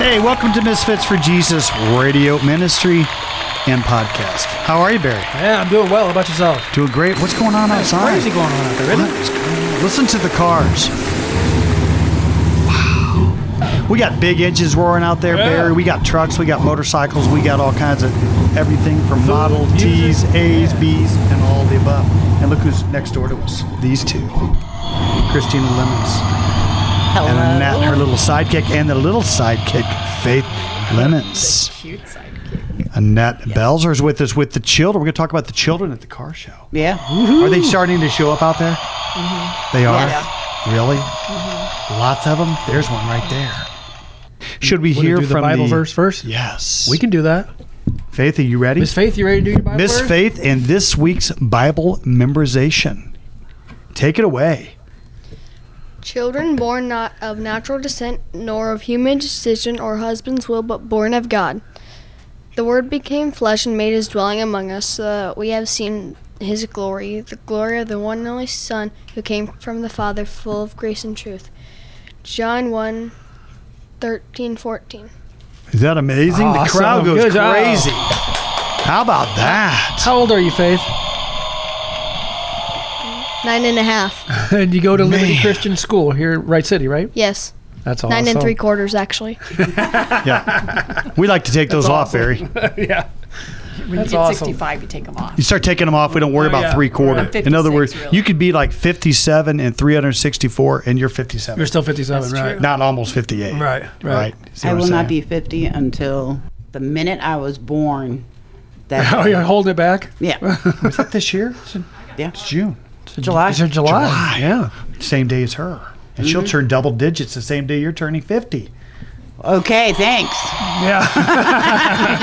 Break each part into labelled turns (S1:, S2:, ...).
S1: Hey, welcome to Misfits for Jesus Radio Ministry and Podcast. How are you, Barry?
S2: Yeah, I'm doing well. How about yourself?
S1: Doing great. What's going on
S2: It's
S1: outside?
S2: crazy going on out there, isn't
S1: What is going on? Listen to the cars. Wow. We got big engines roaring out there,
S2: Yeah.
S1: Barry. We got trucks, we got motorcycles, we got all kinds of everything from Model T's,
S2: music,
S1: A's,
S2: yeah.
S1: B's, and all the above. And look who's next door to us. These two. Christina Lemons.
S3: Hello.
S1: And Nat, her little sidekick, and the little sidekick, Faith Lemons.
S3: cute sidekick.
S1: Annette Belzer is with us with the children. We're going to talk about the children at the car show.
S3: Yeah.
S1: Are they starting to show up out there? They are?
S3: Mm-hmm. Yeah. Mm-hmm.
S1: Really? Lots of them? There's one right there. Should we
S2: Wanna
S1: hear
S2: do the
S1: from
S2: Bible verse first?
S1: Yes.
S2: We can do that.
S1: Faith, are you ready?
S2: Miss Faith, you ready to do your Bible
S1: Miss
S2: verse?
S1: Faith and this week's Bible memorization. Take it away.
S4: Children born not of natural descent, nor of human decision or husband's will, but born of God. The Word became flesh and made his dwelling among us, so that we have seen his glory, the glory of the one and only Son, who came from the Father, full of grace and truth. John 1 13, 14.
S1: Is that amazing?
S2: Awesome.
S1: The crowd goes
S2: Good job.
S1: crazy. How about that?
S2: How old are you, Faith?
S4: Nine and a half.
S2: and you go to Liberty
S1: Man.
S2: Christian School here in Wright City, right?
S4: Yes.
S2: That's awesome.
S4: Nine and three quarters, actually.
S1: Yeah. We like to take those off, Barry.
S2: yeah.
S3: When you
S2: That's
S3: get
S2: awesome.
S3: 65, you take them off.
S1: You start taking them off, we don't worry
S2: Oh,
S1: about
S2: yeah.
S1: three quarter.
S3: Right.
S1: In other
S3: 56,
S1: words,
S3: really.
S1: you could be like 57 and 364, and you're 57.
S2: You're still 57,
S3: That's
S2: right?
S3: true.
S1: not almost 58.
S2: Right, right.
S1: See
S5: I
S1: what I'm
S5: will not be
S1: saying?
S5: 50 until the minute I was born. That
S2: Oh, you're holding it back?
S5: yeah,
S1: Was that this year? It's, in-
S5: Yeah.
S1: it's June.
S5: July.
S2: Is it July?
S1: July.
S2: Yeah.
S1: Same day as her. And
S5: Mm-hmm.
S1: she'll turn double digits the same day you're turning 50.
S5: Okay, thanks.
S2: Yeah.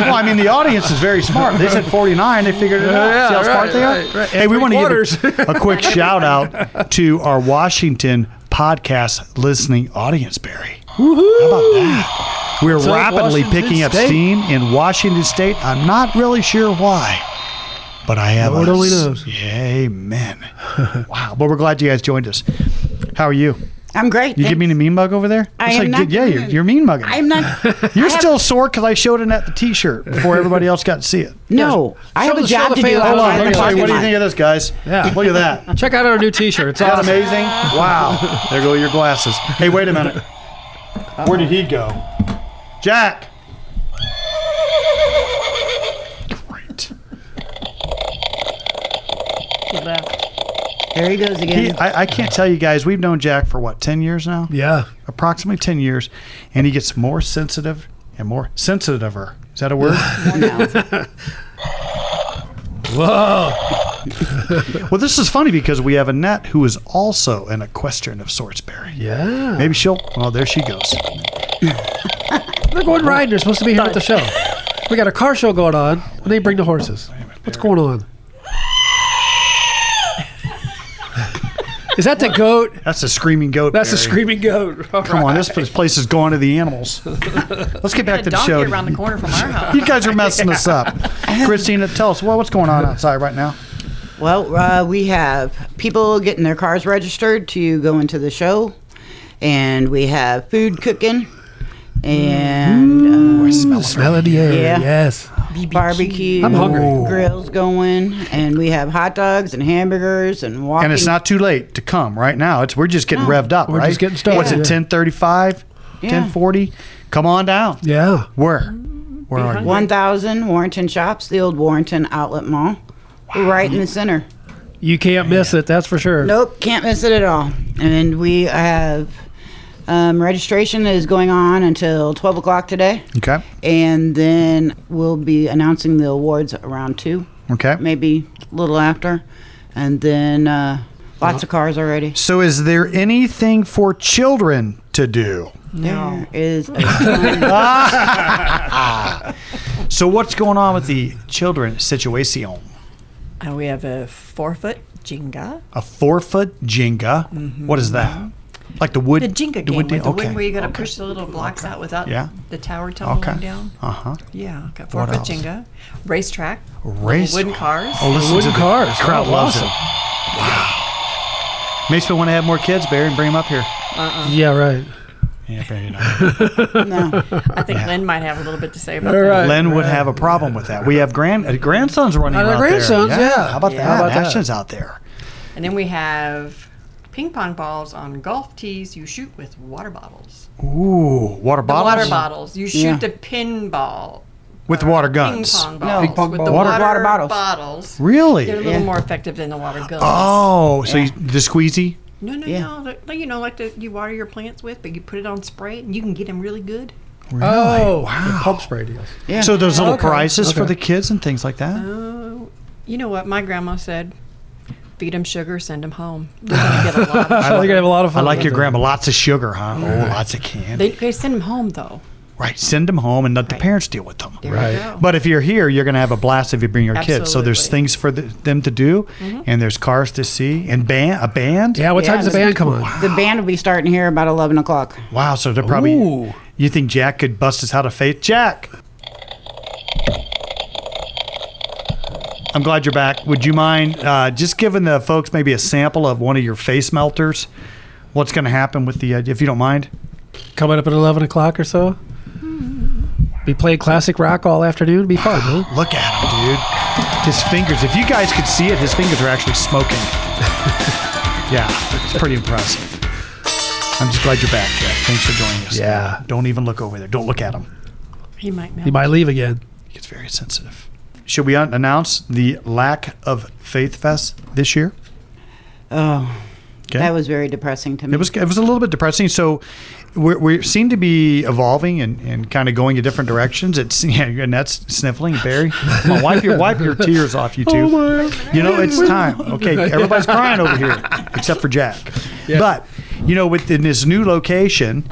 S1: well, I mean, the audience is very smart. They said 49. They figured it out.
S2: Yeah,
S1: See how smart
S2: right,
S1: they are?
S2: right, right.
S1: Hey,
S2: And
S1: we want
S2: three-quarters.
S1: to give a, a quick shout out to our Washington podcast listening audience, Barry. How
S2: Woohoo!
S1: about that? We're
S2: So,
S1: rapidly
S2: Washington
S1: picking up
S2: State.
S1: steam in Washington State. I'm not really sure why, but I have.
S2: Lord
S1: a
S2: only
S1: s-
S2: knows.
S1: Amen. wow. But we're glad you guys joined us. How are you?
S5: I'm great.
S1: You give me a mean mug over there?
S5: I
S1: Looks
S5: am
S1: like-
S5: not
S1: yeah,
S5: giving
S1: you're,
S5: you-
S1: you're mean mugging.
S5: I'm not.
S1: you're
S5: I have-
S1: still sore because I showed Annette the T-shirt before everybody else got to see it.
S5: No, I
S2: Show
S5: have a
S2: the- show the
S5: job to
S2: fan-
S5: do.
S2: hold
S1: Hold
S2: on,
S1: on, let
S5: outside
S1: me
S5: the
S1: tell you.
S5: parking
S1: What do you
S5: lot.
S1: think of this, guys?
S2: Yeah.
S1: Look at that.
S2: Check out our new t shirt. It's
S1: Isn't that
S2: awesome.
S1: amazing? Wow. There go your glasses. Hey, wait a minute. Where did he go? Jack. Great.
S3: You left.
S5: There he goes again.
S1: He, I, I can't tell you guys, we've known Jack for what, 10 years now?
S2: Yeah.
S1: Approximately 10 years. And he gets more sensitive and more sensitiver. Is that a word?
S2: Whoa.
S1: well, this is funny because we have Annette who is also an equestrian of sorts, Barry.
S2: Yeah.
S1: Maybe she'll. Oh, there she goes.
S2: They're going riding. They're supposed to be here at the show. We got a car show going on, and they bring the horses. What's going on? Is that the goat?
S1: That's a screaming goat.
S2: That's the
S1: Barry.
S2: screaming goat.
S1: Come on, this this place is going to the animals. Let's get
S3: Got a
S1: back to the
S3: donkey
S1: show.
S3: around the corner from our house.
S1: You guys are messing us up. Christina, tell us well, what's going on outside right now.
S5: Well, uh, we have people getting their cars registered to go into the show, and we have food cooking,
S1: Mm-hmm.
S5: and uh,
S2: The smell of the air.
S5: Yeah.
S2: Yes.
S5: barbecue.
S2: I'm hungry.
S5: Grills going, and we have hot dogs and hamburgers and walking.
S1: And it's not too late to come right now. It's we're just getting revved up.
S2: We're
S1: right?
S2: just getting started.
S1: What's it?
S2: Yeah.
S1: Ten thirty-five? Ten forty? Come on down.
S2: Yeah.
S1: Where? Where are
S5: Uh-huh.
S1: you?
S5: 1000 Warrington Shops, the old Warrington Outlet Mall. We're right in the center.
S2: You can't miss it. That's for sure.
S5: Nope, can't miss it at all. And we have um, registration is going on until 12 o'clock today.
S1: Okay.
S5: And then we'll be announcing the awards around 2,
S1: Okay.
S5: maybe a little after. And then uh, lots of cars already.
S1: So, is there anything for children to do?
S5: There is a ton.
S1: So, what's going on with the children situation?
S3: And we have a four-foot Jenga.
S1: A four-foot Jenga.
S2: Mm-hmm.
S1: What is that? Like the wood?
S3: The Jenga game,
S1: wood
S3: with the
S1: da-
S3: wing where you got to push the little blocks out without
S1: Yeah.
S3: the tower tumbling
S1: Okay.
S3: down.
S1: Uh huh.
S3: Yeah, got
S1: What
S3: four-foot
S1: else?
S3: Jenga, racetrack, little
S1: Race-
S3: wooden cars.
S1: Oh, listen
S2: wooden
S1: to the
S2: cars.
S1: Crowd
S2: Oh,
S1: loves
S2: awesome.
S1: it. Wow. Makes me want to have more kids, Barry, and bring them up here.
S2: Yeah, right.
S1: Yeah, probably not.
S5: No.
S6: I think Lynn might have a little bit to say about
S2: All
S6: that.
S2: right.
S1: Len would have a problem with that. We have grand uh, grandsons running
S2: Uh,
S1: around there.
S2: grandsons, yeah.
S1: How about
S6: Yeah.
S1: that?
S2: How about that?
S1: Action's out there.
S6: And then we have ping pong balls on golf tees you shoot with water bottles.
S1: Ooh, water
S6: The
S1: bottles.
S6: Water bottles. You shoot
S5: Yeah.
S6: the pinball.
S1: With water guns.
S6: Ping pong
S5: No.
S6: balls.
S5: Ping pong
S6: with
S5: balls.
S6: the
S5: Water-
S6: water,
S5: water bottles.
S6: bottles.
S1: Really?
S6: They're a little
S5: Yeah.
S6: more effective than the water guns.
S1: Oh, so you, the squeezy?
S6: No, no,
S5: Yeah.
S6: no. They're- You know, like the, you water your plants with, but you put it on spray and you can get them really good.
S2: Oh, wow. Pump spray deals.
S5: Yeah.
S1: So there's little
S2: Okay.
S1: prizes for
S2: Okay.
S1: the kids and things like that.
S6: Oh, you know what my grandma said? Feed them sugar, send them home. They're gonna get a lot. Of
S2: I think I have a lot of
S1: I
S2: fun.
S1: like
S2: with
S1: your
S2: it.
S1: grandma. Lots of sugar, huh? Oh, lots of candy.
S6: They, they send them home though.
S1: Right. Send them home and let the parents deal with them.
S6: There you
S2: Right.
S6: go.
S1: But if you're here, you're going to have a blast if you bring your kids. So there's
S6: Absolutely. Mm-hmm.
S1: things for the, them to do, and there's cars to see, and band a band.
S2: Yeah, what
S5: Yeah,
S2: time's the
S5: it's-
S2: band come on?
S5: the band will be starting here about 11 o'clock.
S1: Wow. So they're probably.
S2: Ooh.
S1: You think Jack could bust us out of faith, Jack? I'm glad you're back. Would you mind uh, just giving the folks maybe a sample of one of your face melters? What's going to happen with the, uh, if you don't mind?
S2: Coming up at 11 o'clock or so? Be playing classic rock all afternoon. Be fun, huh?
S1: Look at him, dude. His fingers, if you guys could see it, his fingers are actually smoking. yeah, it's pretty impressive. I'm just glad you're back, Jack. Thanks for joining us.
S2: Yeah.
S1: Don't even look over there. Don't look at him.
S6: he might melt.
S2: You might leave again.
S1: He gets very sensitive. Should we un- announce the lack of Faith Fest this year?
S5: Oh,
S1: Okay.
S5: that was very depressing to me.
S1: It was it was a little bit depressing. So we we seem to be evolving and, and kind of going in different directions. It's yeah, and that's sniffling, Barry. Come on, wipe your wipe your tears off, you two.
S2: Oh
S1: you know it's time. Okay, everybody's crying over here except for Jack. But you know, within this new location,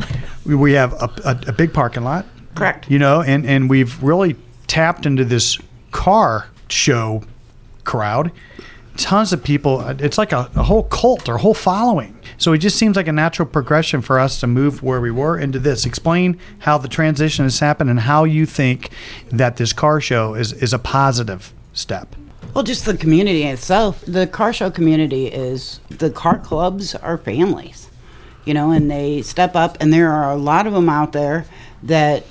S1: we, we have a, a, a big parking lot.
S5: Correct.
S1: You know, and and we've really tapped into this car show crowd. Tons of people. uh, It's like a, a whole cult or whole following. So it just seems like a natural progression for us to move where we were into this. Explain how the transition has happened and how you think that this car show is, is a positive step.
S5: Well, just the community itself. The car show community is the car clubs are families, you know, and they step up, and there are a lot of them out there that,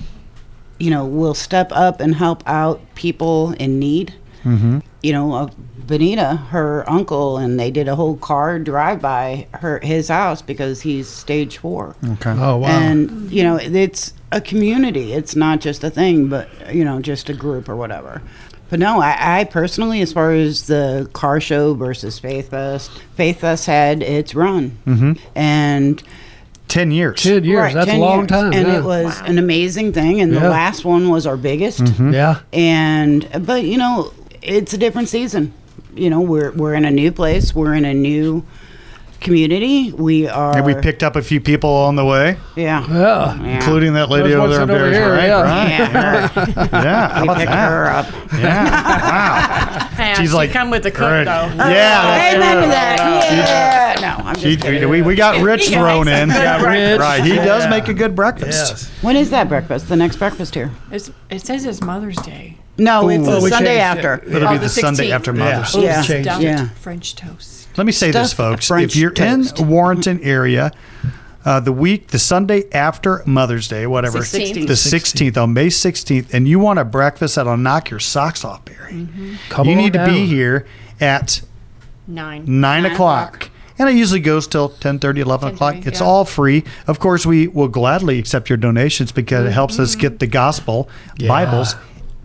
S5: you know, will step up and help out people in need. Mm-hmm. You know, uh, Benita, her uncle, and they did a whole car drive by her his house because he's stage four.
S1: Okay.
S2: Oh, wow.
S5: And you know, it's a community. It's not just a thing, but you know, just a group or whatever. But no, I, I personally, as far as the car show versus Faith Fest, Faith Fest had its run, mm-hmm. and
S1: 10 years.
S2: 10 years.
S5: Right,
S2: That's a
S5: 10
S2: long
S5: years.
S2: time.
S5: and
S2: yeah.
S5: it was an amazing thing. And
S2: Yeah. Mm-hmm.
S5: the last one was our biggest,
S2: Hmm? Yeah.
S5: and but you know, it's a different season. You know, we're we're in a new place. We're in a new community. We are.
S1: And we picked up a few people on the way,
S5: Uh, Yeah.
S2: Yeah.
S5: Yeah.
S1: including that lady
S2: There's
S1: over
S2: one
S1: there. in
S2: sitting over
S1: Barry's
S2: here,
S1: right,
S2: yeah.
S1: right.
S5: Yeah.
S1: Yeah, how
S5: we
S1: about
S5: picked
S1: that?
S5: her up.
S1: Yeah, wow.
S6: Yeah,
S1: She's
S6: she
S1: like,
S6: come with the cook
S1: "Alright."
S6: though.
S1: Yeah, that's
S5: Amen
S1: true.
S5: to that. Yeah. No, I'm
S1: He-
S5: just kidding.
S1: we, we got Rich
S6: Yeah,
S1: thrown
S6: makes a
S1: in.
S6: good Yeah,
S2: breakfast. Rich.
S1: Right, he does
S2: Yeah.
S1: make a good breakfast.
S2: Yes.
S5: When is that breakfast? The next breakfast here?
S6: It's, it says it's Mother's Day.
S5: No, it's
S1: Ooh.
S5: the
S1: Oh, we
S5: Sunday
S2: changed
S5: after.
S1: It'll
S6: Oh,
S1: be the,
S6: the
S1: Sunday
S6: 16th.
S1: after
S2: Yeah.
S1: Mother's
S2: Ooh,
S1: Day.
S5: Yeah.
S2: changed.
S6: Stuffed
S5: Yeah.
S6: French toast.
S1: Let me say this,
S5: Stuffed
S1: folks.
S5: French
S1: if you're
S5: toast.
S1: in Warrenton area, uh, the week, the Sunday after Mother's Day, whatever,
S5: 16th.
S1: the 16th, on May 16th, and you want a breakfast that'll knock your socks off, Barry,
S6: Mm-hmm.
S2: Come
S1: you
S2: on
S1: need to be
S2: down.
S1: here at
S6: Nine.
S1: nine o'clock. And it usually goes till 10, 11 o'clock.
S6: 10:30,
S1: It's
S6: yeah.
S1: all free. Of course, we will gladly accept your donations because it helps us
S6: Mm-hmm.
S1: get the gospel, Bibles,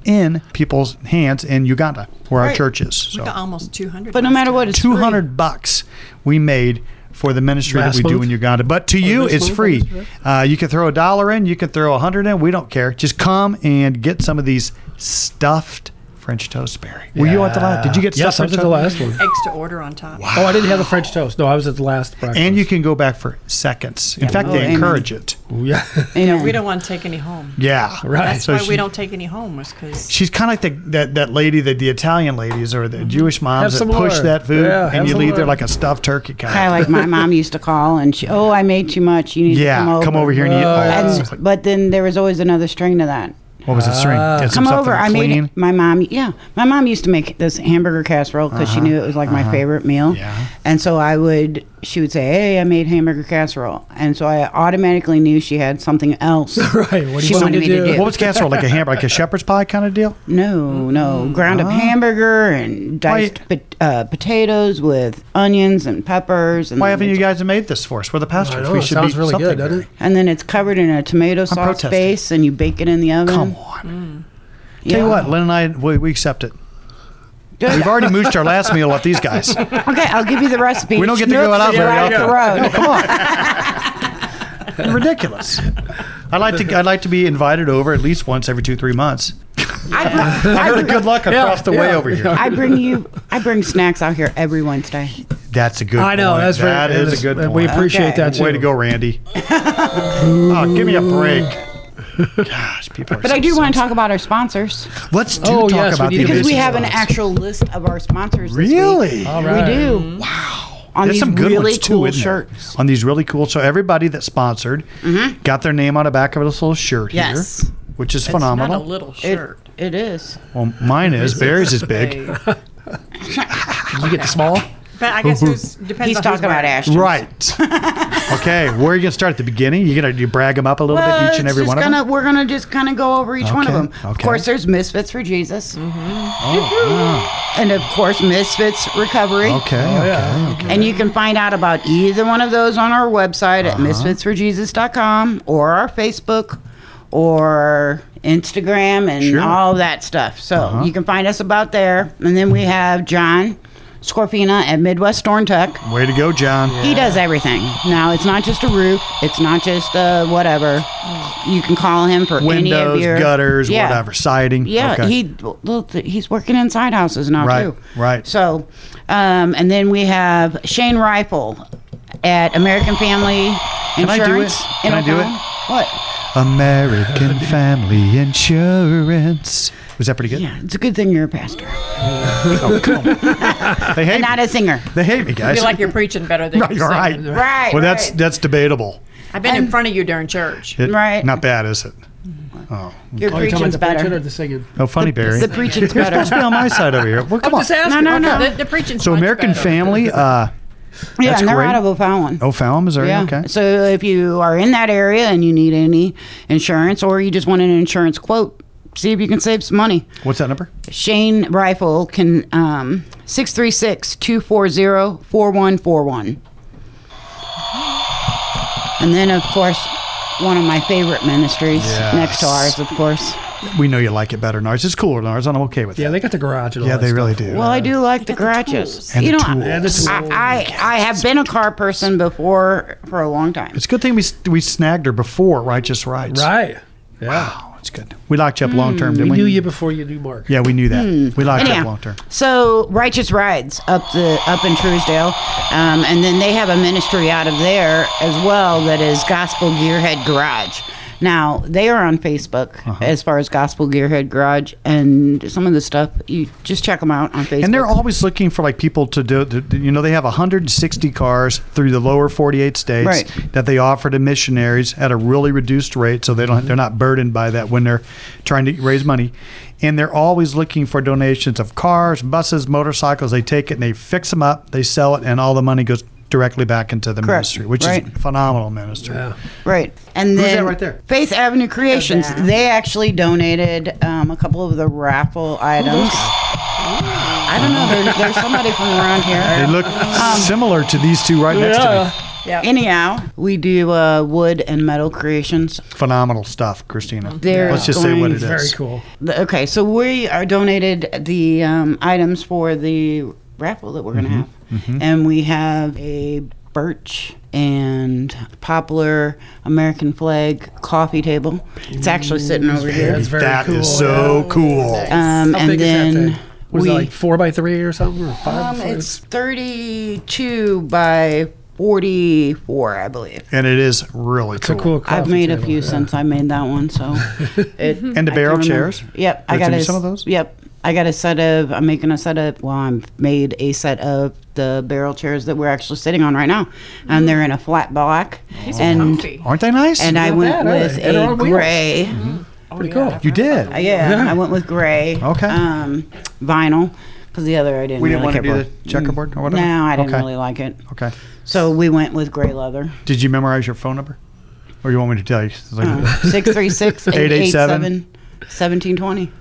S1: in people's hands in Uganda, where our
S5: Right.
S1: church is. So
S6: We got almost 200.
S5: But no
S6: last
S5: matter
S6: time.
S5: what, it's free.
S1: 200 bucks we made for the ministry
S2: Last
S1: that we do
S2: month? Oh,
S1: in Uganda. But to you,
S2: this
S1: it's
S2: month,
S1: free.
S2: that was
S1: Uh, you can throw a dollar in, you can throw a hundred in. We don't care. Just come and get some of these stuffed French toast, Barry. Were you at the last? Did you get
S2: Yes, I
S1: stuffed
S2: was
S1: French
S2: at the
S1: toast?
S2: last one.
S6: Extra order on top.
S2: Oh, I didn't have the French toast. No, I was at the last breakfast.
S1: And you can go back for seconds. In fact,
S5: Oh,
S1: they
S5: amen.
S1: encourage it.
S2: Ooh, yeah.
S5: Amen.
S6: We don't want to take any home.
S1: Yeah,
S2: Right.
S6: That's
S1: So
S6: why
S1: she-
S6: we don't take any home, was because
S1: She's kind of like the, that that lady that the Italian ladies or the Jewish moms
S2: Have
S1: that
S2: some
S1: push
S2: more.
S1: that food
S2: Yeah, have
S1: and you
S2: some
S1: leave there
S2: more.
S1: like a stuffed turkey kind.
S5: Kind of like my mom used to call, and she, oh, I made too much. You need
S1: yeah,
S5: to come over.
S1: here and eat.
S2: Oh,
S1: Oh, all that.
S5: And-
S1: It's like,
S5: but then there was always another string to that.
S1: what was the string?
S2: Ah.
S1: Get some
S5: Come
S1: something
S5: over. I made
S1: clean.
S5: it. my mom. Yeah, my mom used to make this hamburger casserole because she knew it was like my favorite
S1: Uh-huh,
S5: meal.
S1: Yeah.
S5: And so I would she would say, "Hey, I made hamburger casserole," and so I automatically knew she had something else.
S2: Right, what do
S5: she
S2: you want
S5: wanted
S2: me to do?
S1: What was casserole like a ham, like a shepherd's pie kind of deal?
S5: No, no,
S1: Mm-hmm.
S5: ground
S1: Oh.
S5: up hamburger and diced pot- uh, potatoes with onions and peppers. And
S1: Why
S5: then
S1: haven't you
S5: it's-
S1: guys made this for us? We're the
S2: I
S1: pastors.
S2: know,
S1: we
S2: it
S1: should
S2: sounds
S1: be
S2: really
S1: something
S2: good, doesn't
S1: there.
S2: it?
S5: And then it's covered in a tomato sauce
S1: protesting.
S5: base, and you bake it in the oven.
S1: Come on.
S5: Mm. Yeah.
S1: Tell you what, Lynn and I, we, we accept it.
S5: Good.
S1: We've already mooched our last meal off these guys.
S5: Okay, I'll give you the recipe.
S1: We don't get to
S5: Nope,
S1: go out
S5: you're
S1: very
S5: out the
S1: often.
S5: road.
S1: Come on. You're ridiculous. I like to. I'd like to be invited over at least once every two, three months.
S5: I,
S1: I heard good luck across the way
S2: yeah,
S1: over here.
S5: br- I bring you. I bring snacks out here every Wednesday.
S1: That's a good.
S2: I know,
S1: Point.
S2: that's very-
S1: That
S2: it
S1: is
S2: is-
S1: a good.
S2: and
S1: Point.
S2: we appreciate
S5: Okay.
S2: that too.
S1: Way to go, Randy. oh, give me a break. Gosh, people. Are
S5: But I do want to talk about our sponsors
S1: talk. Let's do
S2: Oh,
S1: talk
S2: yes, we
S1: about
S2: need
S1: the
S2: to-
S5: because we
S1: amazing
S5: have an
S1: ones.
S5: actual list of our sponsors. this week.
S1: Really?
S2: All
S5: We
S2: right.
S5: do. Wow. On
S1: There's
S5: these
S1: some good
S5: really
S1: ones too,
S5: cool
S1: isn't there?
S5: shirts. Mm-hmm.
S1: On these really cool. So everybody that sponsored got their name on the back of this little shirt
S5: Yes.
S1: here, which is
S6: It's
S1: phenomenal.
S6: not a little
S5: It-
S6: shirt.
S5: it is.
S1: well, mine is. Barry's is big.
S6: Hey.
S1: You get the small.
S6: But I guess who's depends.
S5: He's
S6: on who's
S5: talking about
S6: wearing it.
S5: Ashton.
S1: Right. okay. Where are you gonna start at the beginning? You gonna you brag them up a little bit each and
S5: it's
S1: every
S5: just
S1: one
S5: Uh, gonna,
S1: of them.
S5: We're gonna just kind of go over each one of
S1: Okay,
S5: them. Of
S1: okay.
S5: course, there's Misfits for Jesus, and of course Misfits Recovery.
S1: Okay. okay. okay.
S5: And you can find out about either one of those on our website
S1: Uh-huh.
S5: at misfitsforjesus.com or our Facebook or Instagram and
S1: Sure. Uh-huh.
S5: all that stuff. So you can find us about there. And then we have John Scorpina at Midwest Storm Tuck.
S1: Way to go, John.
S5: He does everything. Now, it's not just a roof, it's not just uh, whatever. You can call him for any of
S1: Windows,
S5: your
S1: gutters,
S5: Yeah.
S1: whatever, siding.
S5: Yeah,
S1: Okay.
S5: he well, th- he's working inside houses now
S1: Right,
S5: too.
S1: right.
S5: So, um, and then we have Shane Rifle at American Family
S1: Can I do
S5: Insurance.
S1: it? Can
S5: in
S1: I do it?
S5: Oklahoma. What?
S1: American Family Insurance. Was that pretty good?
S5: Yeah, it's a good thing you're a pastor,
S1: They hate.
S5: not
S1: me.
S5: a singer.
S1: they hate me,
S6: I
S1: guys.
S6: feel like you're preaching better than
S1: No,
S6: you're
S1: you're right.
S6: singing.
S5: Right.
S1: Well, that's
S5: right.
S1: that's debatable.
S6: I've been in front of you during church.
S1: It-
S5: Right.
S1: Not bad, is it?
S5: your
S2: Are you Oh, talking
S5: preaching's
S2: about the preaching or
S5: better.
S2: the singing?
S1: Oh, funny, Barry.
S5: The preaching's better.
S1: Stay on my side over here. Well, come on.
S5: No, no,
S6: The,
S5: no.
S6: the preaching's
S1: So
S6: much
S1: American
S6: better.
S1: Family, uh,
S5: yeah, and they're
S1: great.
S5: out of O'Fallon.
S1: O'Fallon, Missouri.
S5: Yeah.
S1: Okay.
S5: So if you are in that area and you need any insurance, or you just want an insurance quote, see if you can save some money.
S1: What's that number?
S5: Shane Rifle can um 636-240-4141. And then of course one of my favorite ministries
S1: Yes.
S5: next to ours, of course.
S1: We know you like it better than ours. It's cooler than ours, and I'm okay with
S2: Yeah,
S1: it.
S2: they got the garage and all
S1: Yeah,
S2: that
S1: they
S2: stuff.
S1: really do.
S5: Well, I do like the garages.
S1: And
S5: you
S1: the
S5: know,
S1: tools.
S5: I,
S1: And the
S5: I I have been a car person before for a long time.
S1: It's a good thing we we snagged her before Righteous Rights.
S2: Right. Yeah.
S1: Wow, it's good. We locked you up long term, didn't
S2: We
S1: we?
S2: knew you before you knew Mark.
S1: Yeah, we knew that. We locked you up
S5: Anyhow,
S1: long term.
S5: so Righteous Rides up the up in Truesdale, um, and then they have a ministry out of there as well that is Gospel Gearhead Garage. Now they are on Facebook
S1: Uh-huh.
S5: as far as Gospel Gearhead Garage, and some of the stuff you just check them out on Facebook.
S1: And they're always looking for like people to do. To, to- you know, they have 160 cars through the lower 48 states
S5: Right.
S1: that they offer to missionaries at a really reduced rate, so they don't they're not burdened by that when they're trying to raise money. And they're always looking for donations of cars, buses, motorcycles. They take it and they fix them up, they sell it, and all the money goes directly back into the
S5: Correct.
S1: ministry, which
S5: Right.
S1: is phenomenal ministry.
S2: Yeah.
S5: Right. And
S1: that
S5: then
S1: right there?
S5: Faith Avenue Creations. They actually donated um, a couple of the raffle
S1: Oh,
S5: items. I don't know. There, there's somebody from around here.
S1: They look similar to these two right next to me.
S5: Anyhow, we do uh, wood and metal creations.
S1: Phenomenal stuff, Christina.
S5: They're
S1: Let's just say what
S5: going
S1: it is.
S2: Very cool.
S5: The- okay, so we are donated the um, items for the raffle that we're
S2: Mm-hmm.
S5: going to have, and we have a birch and poplar American flag coffee table. It's actually sitting over here.
S2: That's very
S1: That
S2: cool.
S1: is so cool.
S5: Um,
S2: How
S5: and
S2: big
S5: then
S2: is that thing? Was
S5: we
S2: it like four by three or something? Or five?
S5: um, it's thirty-two by forty-four, I believe.
S1: and it is really
S2: It's a cool
S5: I've
S2: coffee
S5: made a
S2: table.
S5: few since I made that one, so it
S1: And the
S5: I
S1: barrel
S5: can remember.
S1: chairs?
S5: Yep,
S1: There
S5: I got
S1: can be
S5: a,
S1: some of those?
S5: Yep, I got a set of. I'm making a set of. Well, I'm made a set of the barrel chairs that we're actually sitting on right now, and they're in a flat black, and
S6: Comfy.
S1: Aren't they nice?
S5: and I went
S2: bad, are
S5: with
S2: they? And they're
S5: a
S2: on wheels.
S5: gray.
S1: Mm-hmm.
S2: Pretty cool.
S1: you did.
S5: Yeah, I went with gray.
S1: Okay.
S5: Um, vinyl because the other I didn't.
S1: We didn't
S5: really
S1: want to do the
S5: care for.
S1: checkerboard or whatever?
S5: No, I didn't
S1: Okay.
S5: really like it.
S1: Okay.
S5: So we went with gray leather.
S1: Did you memorize your phone number? Or you want me to tell you? It's like-
S5: Uh, Uh-huh. 636 887 1720.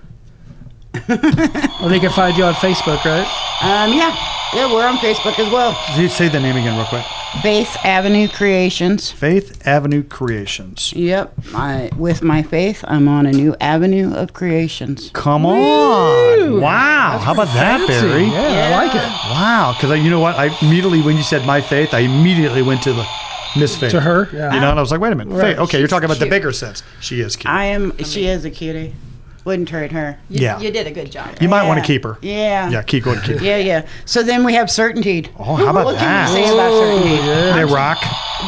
S2: Or they can find you on Facebook, right?
S5: Um, yeah. Yeah, we're on Facebook as well.
S1: you say the name again real quick.
S5: Faith Avenue Creations.
S1: Faith Avenue Creations.
S5: Yep. I, with my faith, I'm on a new avenue of creations.
S1: Come on! Wow, how about that, Barry?
S2: Yeah, I like it.
S1: Wow, because you know what? I immediately when you said my faith, I immediately went to the Miss Faith.
S2: To her, yeah.
S1: you know, and I was like, wait a minute,
S2: Right.
S1: faith. Okay, you're talking about the
S5: She's
S1: bigger sense. She is cute.
S5: I am, she is a cutie. Wouldn't trade her.
S6: You,
S1: Yeah.
S6: You did a good job.
S1: you might want
S5: Yeah.
S1: to keep her.
S5: Yeah.
S1: Yeah, keep going, keep her.
S5: Yeah, yeah. So then we have Certainteed.
S1: Oh, how about
S5: what can
S1: that?
S5: you say about Certainteed?
S1: They rock.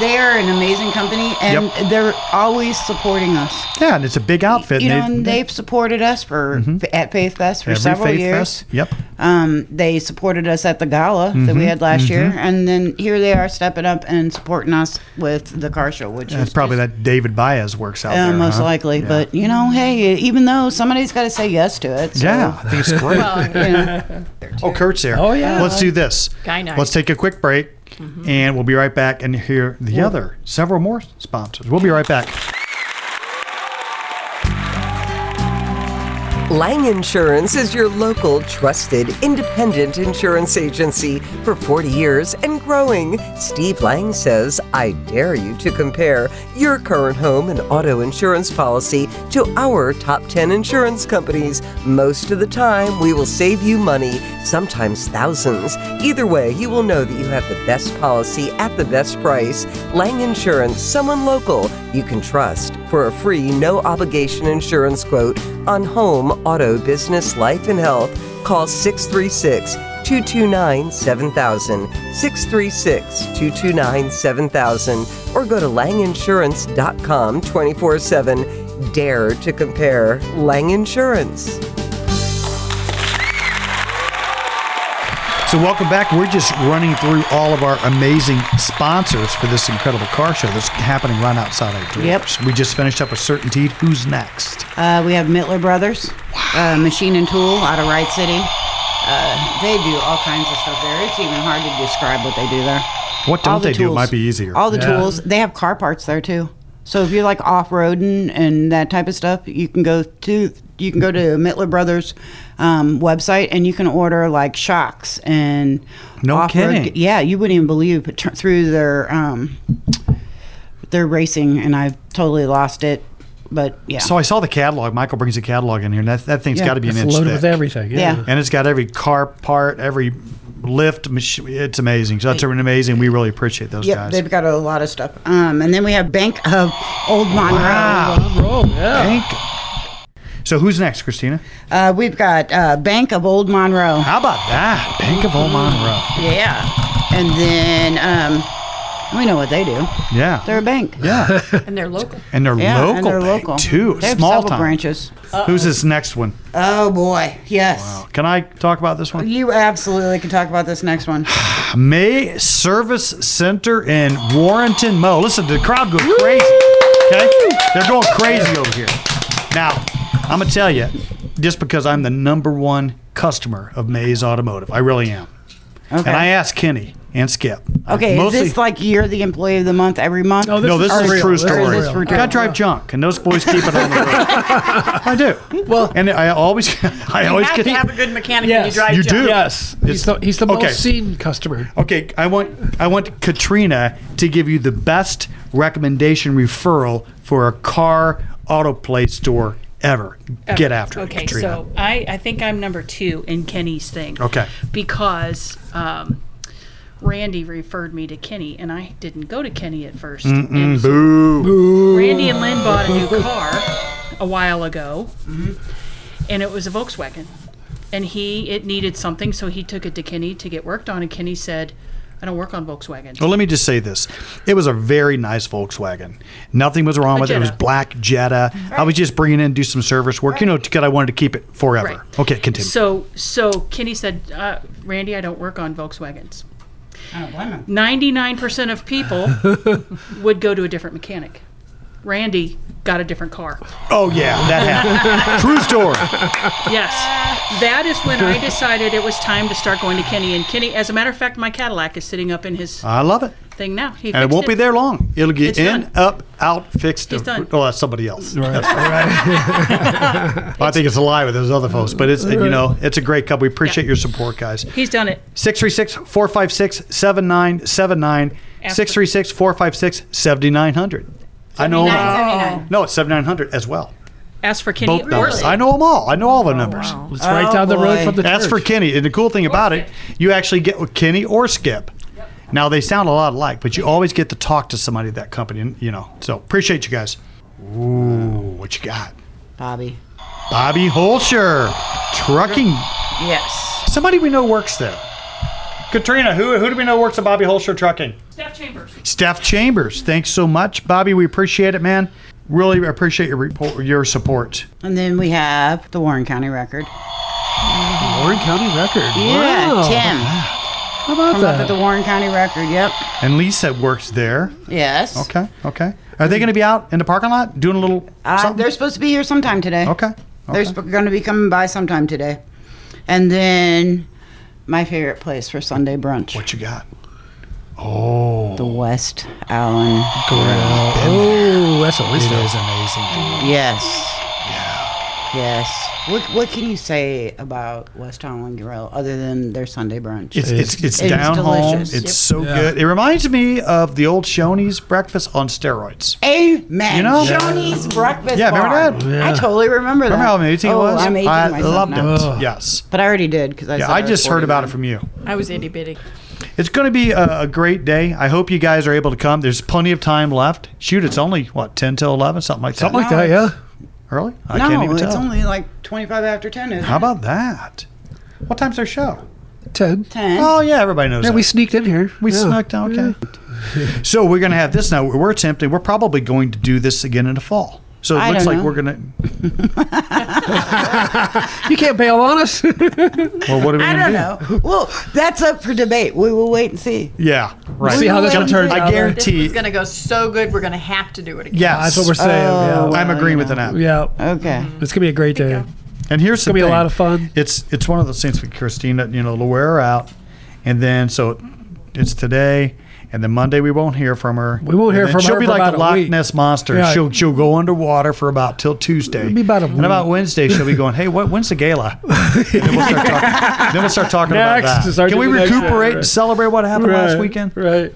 S5: They are an amazing company, and
S1: Yep.
S5: they're always supporting us.
S1: Yeah, and it's a big outfit.
S5: you know,
S1: and
S5: and they've supported us for at Faith Fest for
S1: Mm-hmm. every
S5: several
S1: faith
S5: years.
S1: fest. Mm-hmm. Yep.
S5: Um, they supported us at the gala that we had last year, and then here they are stepping up and supporting us with the car show, which
S1: That's
S5: is
S1: probably
S5: just,
S1: that David Baez works out
S5: uh,
S1: there.
S5: most
S1: huh?
S5: likely.
S1: Yeah.
S5: But you know, hey, even though somebody's got to say yes to it, so,
S1: Yeah, I think it's great.
S5: you know,
S1: Oh, Kurt's here.
S2: Oh, yeah.
S1: Let's do this.
S6: Kinda.
S1: Let's take a quick break,
S5: Mm-hmm.
S1: and we'll be right back and hear the other several more sponsors. We'll be right back.
S7: Lang Insurance is your local, trusted, independent insurance agency for 40 years and growing. Steve Lang says, I dare you to compare your current home and auto insurance policy to our top 10 insurance companies. Most of the time, we will save you money, sometimes thousands. Either way, you will know that you have the best policy at the best price. Lang Insurance, someone local you can trust for a free, no obligation insurance quote on home, auto, business, life, and health. Call 636 229 7000. 636 229 7000. Or go to langinsurance.com 24 7. Dare to compare Lang Insurance.
S1: So, welcome back. We're just running through all of our amazing sponsors for this incredible car show that's happening right outside our doors.
S5: Yep.
S1: We just finished up with Certainty. Who's next?
S5: uh, we have Mittler Brothers, uh, Machine and Tool out of Wright City. Uh, they do all kinds of stuff there. It's even hard to describe what they do there.
S1: What don't
S5: all the
S1: they do? It
S5: tools.
S1: might be easier.
S5: All the tools. They have car parts there too. So if you're like off roading and that type of stuff, you can go to you can go to Mittler Brothers um, website and you can order like shocks and
S1: No
S5: off-road-
S1: kidding.
S5: Yeah, you wouldn't even believe but tr- through their um, their racing, and I've totally lost it. But yeah,
S1: so, I saw the catalog. Michael brings a catalog in here, and that, that thing's
S2: Yeah,
S1: got to be an
S2: it's
S1: inch
S2: loaded
S1: thick.
S2: with everything. Yeah.
S5: Yeah.
S1: and it's got every car part, every lift. Mach- it's amazing. So, that's amazing. We really appreciate those
S5: yep,
S1: guys.
S5: they've got a lot of stuff. Um, and then we have Bank of Old Monroe.
S1: Wow.
S2: I'm wrong, yeah.
S1: Thank so who's next, Christina?
S5: Uh, we've got uh, Bank of Old Monroe.
S1: How about that? Bank of Old Monroe.
S5: Yeah. And then um, we know what they do.
S1: Yeah.
S5: They're a bank.
S1: yeah.
S6: And they're local.
S1: And they're
S5: Yeah,
S1: local.
S5: and they're
S1: bank,
S5: local
S1: Too.
S5: They have
S1: Small
S5: several
S1: time.
S5: branches.
S1: Who's this next one?
S5: Oh boy, yes.
S1: Can I talk about this one?
S5: You absolutely can talk about this next one.
S1: May Service Center in Warrenton, Mo. Listen, the crowd goes crazy. Okay, they're going crazy over here. Now, I'm gonna tell you, just because I'm the number one customer of May's Automotive, I really am. And
S5: Okay.
S1: I asked Kenny and Skip.
S5: okay,
S1: Mostly-
S5: is this like you're the employee of the month every month?
S2: No, this
S1: no, this
S2: is
S1: is a
S2: real.
S1: true
S2: This is
S1: story.
S5: real.
S1: I gotta drive junk, and those boys keep it on the road. I do.
S2: Well-
S1: and I always, I always
S6: have
S1: get.
S6: to have a good mechanic when you
S2: Yes.
S6: drive
S1: You
S6: junk.
S1: do.
S2: Yes.
S1: It's-
S2: He's the, he's the
S1: okay.
S2: most seen customer.
S1: Okay, I want I want Katrina to give you the best recommendation referral for a car auto play store ever. Get after it,
S8: Okay,
S1: Katrina.
S8: so I, I think I'm number two in Kenny's thing.
S1: Okay.
S8: Because um, Randy referred me to Kenny, and I didn't go to Kenny at 1st And so
S1: Boo.
S8: Randy and Lynn bought a new car a while ago,
S1: Mm-hmm.
S8: and it was a Volkswagen. And he, it needed something, so he took it to Kenny to get worked on, and Kenny said, I don't work on Volkswagens.
S1: Well, let me just say this: it was a very nice Volkswagen. Nothing was wrong with it. It was
S8: Jetta.
S1: black Jetta. I was just bringing in do some service work, you know, because I wanted to keep it forever.
S8: Right.
S1: Okay, continue.
S8: So, so Kenny said, uh, Randy, I don't work on Volkswagens.
S5: I don't blame him.
S8: 99% of people would go to a different mechanic. Randy got a different car.
S1: oh yeah, that happened. True story.
S8: Yes. that is when I decided it was time to start going to Kenny. And Kenny, as a matter of fact, my Cadillac is sitting up in his
S1: I love it.
S8: thing now. He
S1: Uh, And it
S8: fixed
S1: won't be there long. It'll get
S8: It's
S1: in,
S8: done.
S1: up, out, fixed.
S8: It's done.
S1: Oh, that's somebody else. Right. I think it's a lie with those other folks, but it's you know it's a great cup. We appreciate your support, guys.
S8: He's done it.
S1: 636 456 7979. 636 456 7900. I know 'em-
S8: 79.
S1: No, it's 7900 as well.
S8: Ask for Kenny
S1: Both
S8: at
S1: numbers.
S8: Worsley.
S1: I know them all. I know all the numbers.
S2: It's right down the road
S5: Oh, boy.
S2: from the
S1: That's for
S2: church.
S1: Kenny. And the cool thing about it, you actually get with Kenny or Skip. Now they sound a lot alike, but you always get to talk to somebody at that company, and you know. So appreciate you guys. Ooh, what you got?
S5: Bobby.
S1: Bobby Holscher, trucking.
S8: Yes.
S1: Somebody we know works there. Katrina, who who do we know works at Bobby Holscher Trucking?
S8: Steph Chambers.
S1: Steph Chambers. Thanks so much, Bobby. We appreciate it, man. Really appreciate your report, your support.
S5: And then we have the Warren County Record.
S2: Warren County Record.
S5: Yeah,
S2: Wow.
S5: Tim.
S2: How about
S5: Up at
S2: that?
S5: the Warren County Record. Yep.
S1: And Lisa works there.
S5: Yes.
S1: Okay, okay. Are they going to be out in the parking lot doing a little
S5: Uh,
S1: something?
S5: they're supposed to be here sometime today.
S1: Okay.
S5: They're sp- going to be coming by sometime today. And then my favorite place for Sunday brunch,
S1: What you got? Oh,
S5: the West Allen.
S2: Oh, that's a waste.
S1: is amazing.
S5: Yes. Yes. What, what can you say about West Allen Grill other than their Sunday brunch?
S1: It's it's, it's
S5: It's
S1: down home. It's
S5: delicious. Yep.
S1: so good. It reminds me of the old Shoney's breakfast on steroids.
S5: Amen.
S1: You know?
S5: Johnny's breakfast.
S1: Yeah, remember
S5: Bar.
S1: that?
S5: I totally remember that.
S1: Remember how amazing
S5: oh,
S1: it was?
S5: I'm aging
S1: I
S5: myself
S1: loved
S5: now.
S1: it.
S2: Ugh.
S1: Yes.
S5: But I already did because I.
S1: Yeah,
S5: said
S1: I
S5: was
S1: just heard about it
S5: 49.
S1: from you.
S6: I was itty bitty.
S1: It's going to be a, a great day. I hope you guys are able to come. There's plenty of time left. Shoot, it's only what ten till eleven, something like that.
S2: Something like that, yeah.
S1: early. I
S5: no,
S1: can't even
S5: it's
S1: tell.
S5: only like 25 after 10. Isn't
S1: How
S5: it?
S1: about that? What time's their show?
S2: 10.
S5: 10?
S1: Oh yeah, everybody knows.
S2: Yeah,
S1: that.
S2: we sneaked in here.
S1: We
S2: yeah.
S1: snuck down. Okay. So we're gonna have this now. We're attempting. We're probably going to do this again in the fall. So it
S5: I
S1: looks
S5: don't
S1: like
S5: know.
S1: we're gonna.
S2: You can't bail on us.
S1: Well, what are we
S5: I
S1: gonna
S5: don't
S1: do?
S5: know. Well, that's up for debate. We will wait and see.
S1: Yeah. Right.
S2: See how this one turns
S1: I
S2: out.
S6: This
S1: guarantee.
S6: one's gonna go so good. We're gonna have to do it again.
S1: Yes.
S2: That's what we're saying. yeah.
S1: I'm agreeing with that.
S2: Yeah,
S5: Okay.
S2: it's gonna be a great day.
S1: And here's the
S2: gonna be a
S1: thing.
S2: lot of fun.
S1: It's it's one of those things with Christina. You know, to wear her out, and then so it's today. And then Monday we won't hear from her.
S2: We
S1: And
S2: won't hear
S1: then
S2: from
S1: she'll
S2: her
S1: be
S2: for
S1: like
S2: about
S1: the
S2: a
S1: Loch
S2: week.
S1: Ness monster.
S2: Yeah.
S1: She'll she'll go underwater for about till Tuesday.
S2: It'll be about a
S1: and
S2: week.
S1: about Wednesday she'll be going. Hey, what? When's the gala? And then we'll start talking, then we'll start talking
S2: Next
S1: about
S2: is
S1: that.
S2: our
S1: Can we
S2: next show,
S1: recuperate
S2: right.
S1: and celebrate what happened last
S2: Right,
S1: weekend?
S2: right?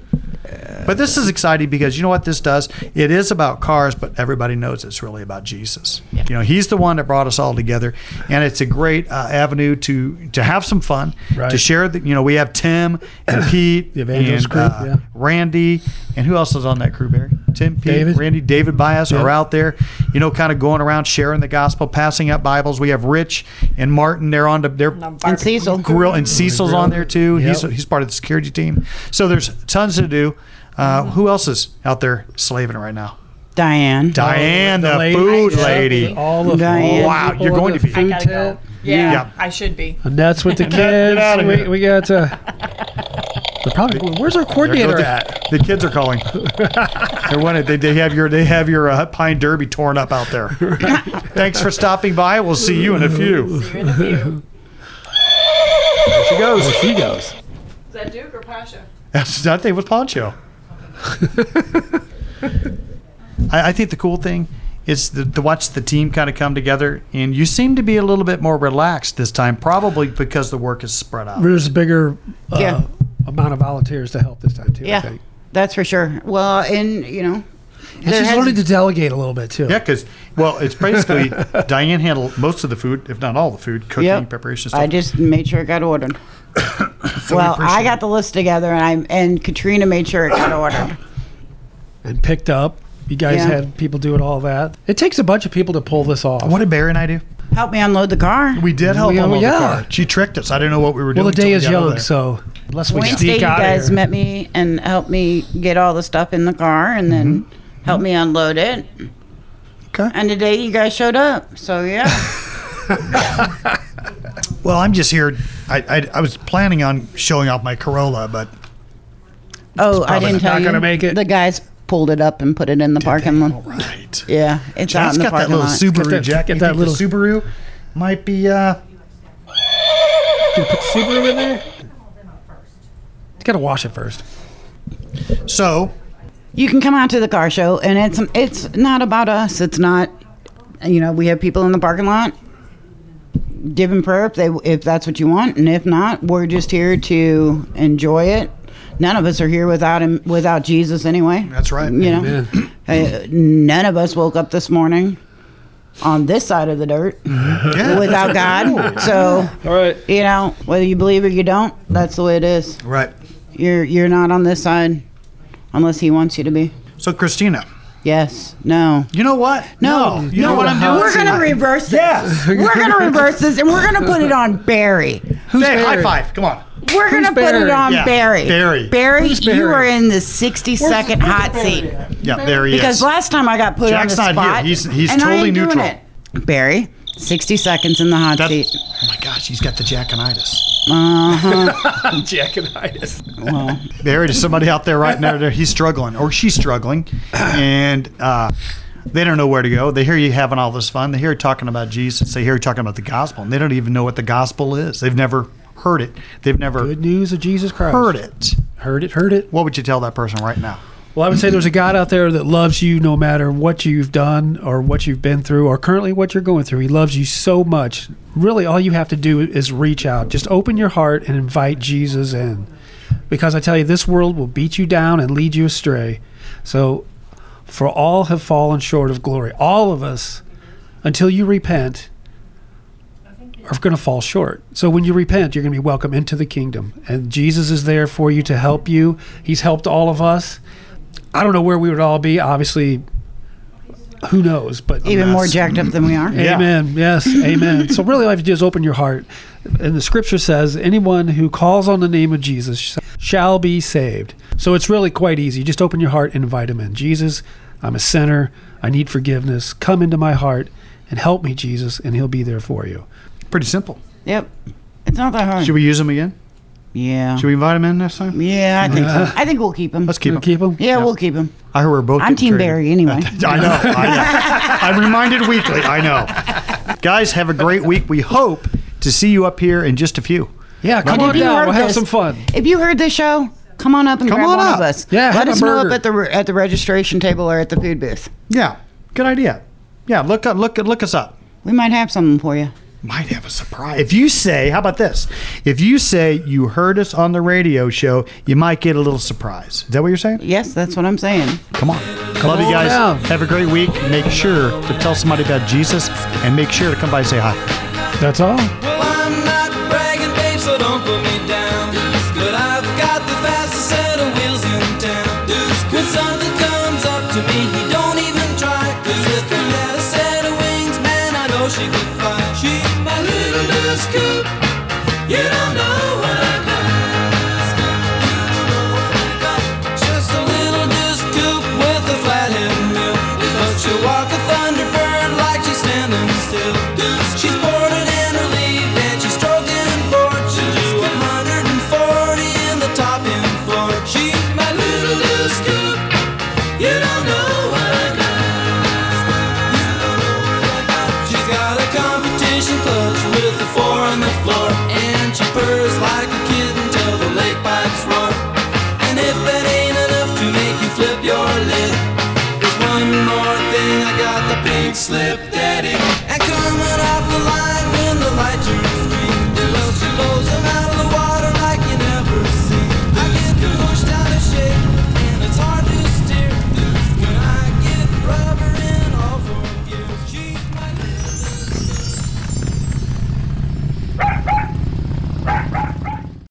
S1: But this is exciting because you know what this does? It is about cars, but everybody knows it's really about Jesus. You know, he's the one that brought us all together, and it's a great uh, avenue to to have some fun,
S2: Right.
S1: to share. The, you know, we have Tim and Pete,
S2: The evangelist
S1: and,
S2: crew,
S1: uh,
S2: yeah.
S1: Randy, and who else is on that crew, Barry? Tim, Pete,
S2: David.
S1: Randy, David Bias are
S2: Yeah.
S1: out there. You know, kind of going around sharing the gospel, passing out Bibles. We have Rich and Martin. They're on to they're
S5: And Cecil.
S1: grill and Cecil's on there too. He's
S2: Yep.
S1: he's part of the security team. So there's tons to do. Uh,
S2: Mm-hmm.
S1: Who else is out there slaving right now?
S5: Diane.
S1: Diane, the,
S2: lady-
S1: food
S2: Yeah,
S1: lady.
S2: All of
S5: Diane.
S1: Wow,
S2: people
S1: you're
S2: in
S1: going
S2: the
S1: to be- I
S2: food
S6: gotta
S2: tent.
S6: Yeah,
S1: Yeah.
S6: I should be.
S2: And that's with the kids.
S1: outta
S2: we,
S1: here.
S2: we got. Uh, they're probably. Where's our coordinator at?
S1: The kids are calling. They're wanted. They, they have your they have your uh, pine derby torn up out there. Thanks for stopping by. We'll see you in a few.
S6: You're in the view.
S1: There she goes. she goes.
S6: Is that Duke or Pasha?
S1: That's that thing with Poncho. I, I think the cool thing is the, to watch the team kind of come together, and you seem to be a little bit more relaxed this time, probably because the work is spread out.
S2: There's a bigger uh,
S5: Yeah.
S2: amount of volunteers to help this time too. I
S5: Yeah,
S2: think.
S5: that's for sure. Well, and you know,
S2: And she's learning to delegate a little bit too.
S1: Yeah, because well, it's basically Diane handled most of the food, if not all the food, cooking,
S5: Yep.
S1: preparation stuff.
S5: I just made sure it got ordered. well, I got the list together, and I and Katrina made sure it got ordered.
S2: And picked up. You guys
S5: Yeah.
S2: had people doing all that. It takes a bunch of people to pull this off.
S1: what did Barry and I do?
S5: Help me unload the car.
S1: We did help
S2: We-
S1: on
S2: yeah.
S1: the car. She tricked us. I didn't know what we were
S2: well,
S1: doing.
S2: the day
S1: till we
S2: is
S1: got over
S2: young,
S1: there.
S2: so unless we
S5: Wednesday,
S2: sneak
S5: you
S2: out
S5: guys
S2: of here.
S5: met me and helped me get all the stuff in the car, and then
S2: Mm-hmm.
S5: helped me unload it.
S1: Okay.
S5: And today you guys showed up, so yeah.
S1: Well, I'm just here. I, I I was planning on showing off my Corolla, but
S5: Oh, I didn't tell
S2: not
S5: you.
S2: gonna make it.
S5: The guys pulled it up and put it in the parking
S2: Mm-hmm.
S5: lot.
S1: all right.
S5: Yeah, it's out
S1: John's
S5: in
S1: got
S5: the
S1: that
S5: parking
S1: little
S5: lot.
S1: Subaru
S2: Get that-
S1: Jack.
S2: get
S1: You
S2: that
S1: think
S2: little-
S1: the Subaru might be uh,
S2: Do you put the Subaru in there? You gotta wash it first.
S1: So
S5: you can come out to the car show and it's it's not about us it's not you know we have people in the parking lot giving prayer if they if that's what you want and if not we're just here to enjoy it none of us are here without him without jesus anyway
S1: That's right.
S5: you know
S2: Amen.
S5: Uh, none of us woke up this morning on this side of the dirt
S1: yeah,
S5: without god so
S2: All right.
S5: you know whether you believe or you don't that's the way it is
S1: right.
S5: you're you're not on this side unless he wants you to be
S1: So Christina,
S5: yes no
S1: you know what?
S5: No,
S1: you know
S5: no.
S1: what I'm doing.
S5: We're gonna reverse this. We're gonna reverse this, and we're gonna put it on Barry.
S1: Who's hey, high
S2: Barry?
S1: five! Come on.
S5: We're gonna put
S2: Barry?
S5: it on
S1: Yeah,
S5: Barry.
S1: Barry.
S5: Barry,
S2: Who's
S5: you
S2: Barry?
S5: are in the 60 second hot seat
S1: Yeah, there he
S5: because
S1: is.
S5: last time I got put
S1: Jack's
S5: on the
S1: not here.
S5: spot.
S1: He's- he's
S5: and I
S1: totally
S5: ain't doing
S1: neutral.
S5: it. Barry, 60 seconds in the hot
S1: That's-
S5: seat.
S1: oh my gosh, he's got the jackanitis.
S2: Jackanitis.
S5: Well,
S1: Uh-huh. There it is. Somebody out there right now. there- He's struggling, or she's struggling, and uh, they don't know where to go. They hear you having all this fun. They hear you talking about Jesus. They hear you talking about the gospel, and they don't even know what the gospel is. They've never heard it. They've never
S2: Good news of Jesus Christ.
S1: heard it.
S2: Heard it. Heard it.
S1: What would you tell that person right now?
S2: Well, I would say there's a God out there that loves you no matter what you've done or what you've been through or currently what you're going through. He loves you so much. Really, all you have to do is reach out. Just open your heart and invite Jesus in. Because I tell you, this world will beat you down and lead you astray. So, for all have fallen short of glory. All of us, until you repent, are going to fall short. So when you repent, you're going to be welcome into the kingdom. And Jesus is there for you to help you. He's helped all of us. I don't know where we would all be. Obviously, who knows? But
S5: even more jacked up than we are.
S1: Yeah.
S2: Amen. Yes. Amen. so really, all you have to do is open your heart, and the Scripture says, "Anyone who calls on the name of Jesus shall be saved." So it's really quite easy. Just open your heart and invite Him in. Jesus, I'm a sinner. I need forgiveness. Come into my heart and help me, Jesus, and He'll be there for you.
S1: Pretty simple.
S5: Yep. It's not that hard.
S1: Should we use him again?
S5: yeah.
S1: Should we invite him in next time?
S5: yeah, I think so. I think we'll keep him.
S1: Let's keep him.
S2: Uh-huh. Keep Him.
S5: yeah, we'll keep him.
S1: I heard we're both.
S5: I'm
S1: getting
S5: Team
S1: traded.
S5: Barry anyway.
S1: I know. I know. I'm reminded weekly. I know. Guys, have a great week. We hope to see you up here in just a few.
S2: Yeah, come
S5: And
S2: on
S5: if you
S2: down.
S5: heard
S2: We'll have
S5: this-
S2: some fun.
S5: If you heard this show, come on up and
S1: Come
S5: grab
S1: on
S5: one
S1: up.
S5: of us.
S2: Yeah, have
S5: let
S2: a
S5: us know up
S2: burger.
S5: at the re- at the registration table or at the food booth.
S1: Yeah, good idea. Yeah, look up, look look us up.
S5: We might have something for you.
S1: Might have a surprise. If you say, how about this? If you say you heard us on the radio show, you might get a little surprise. Is that what you're saying?
S5: Yes, that's what I'm saying.
S1: Come on. Love you
S2: on
S1: guys.
S2: down.
S1: Have a great week. Make sure to tell somebody about Jesus and make sure to come by and say hi.
S2: That's all.
S9: Well, I'm not bragging, babe, so don't put me down. It's good I've got the fastest set of wheels in town. Dude's when something comes up to me, he don't even try. Cause with her little set of wings, man, I know she can fly. She's my little loose coupe. You don't know what I got. You don't know what I got. Just a little loose coupe with a flat head mill. But she'll walk a thunderbird like she's standing still. She's boarded and relieved and she's stroking bored. She'll do 140 in the top end floor. She's my little loose coupe. You don't know what I got. You don't know what I got. She's got a competition clutch with a four on the floor. And she purrs like a kitten till the lake pipes roar. And if that ain't enough to make you flip your lid, there's one more thing I got the pink slip.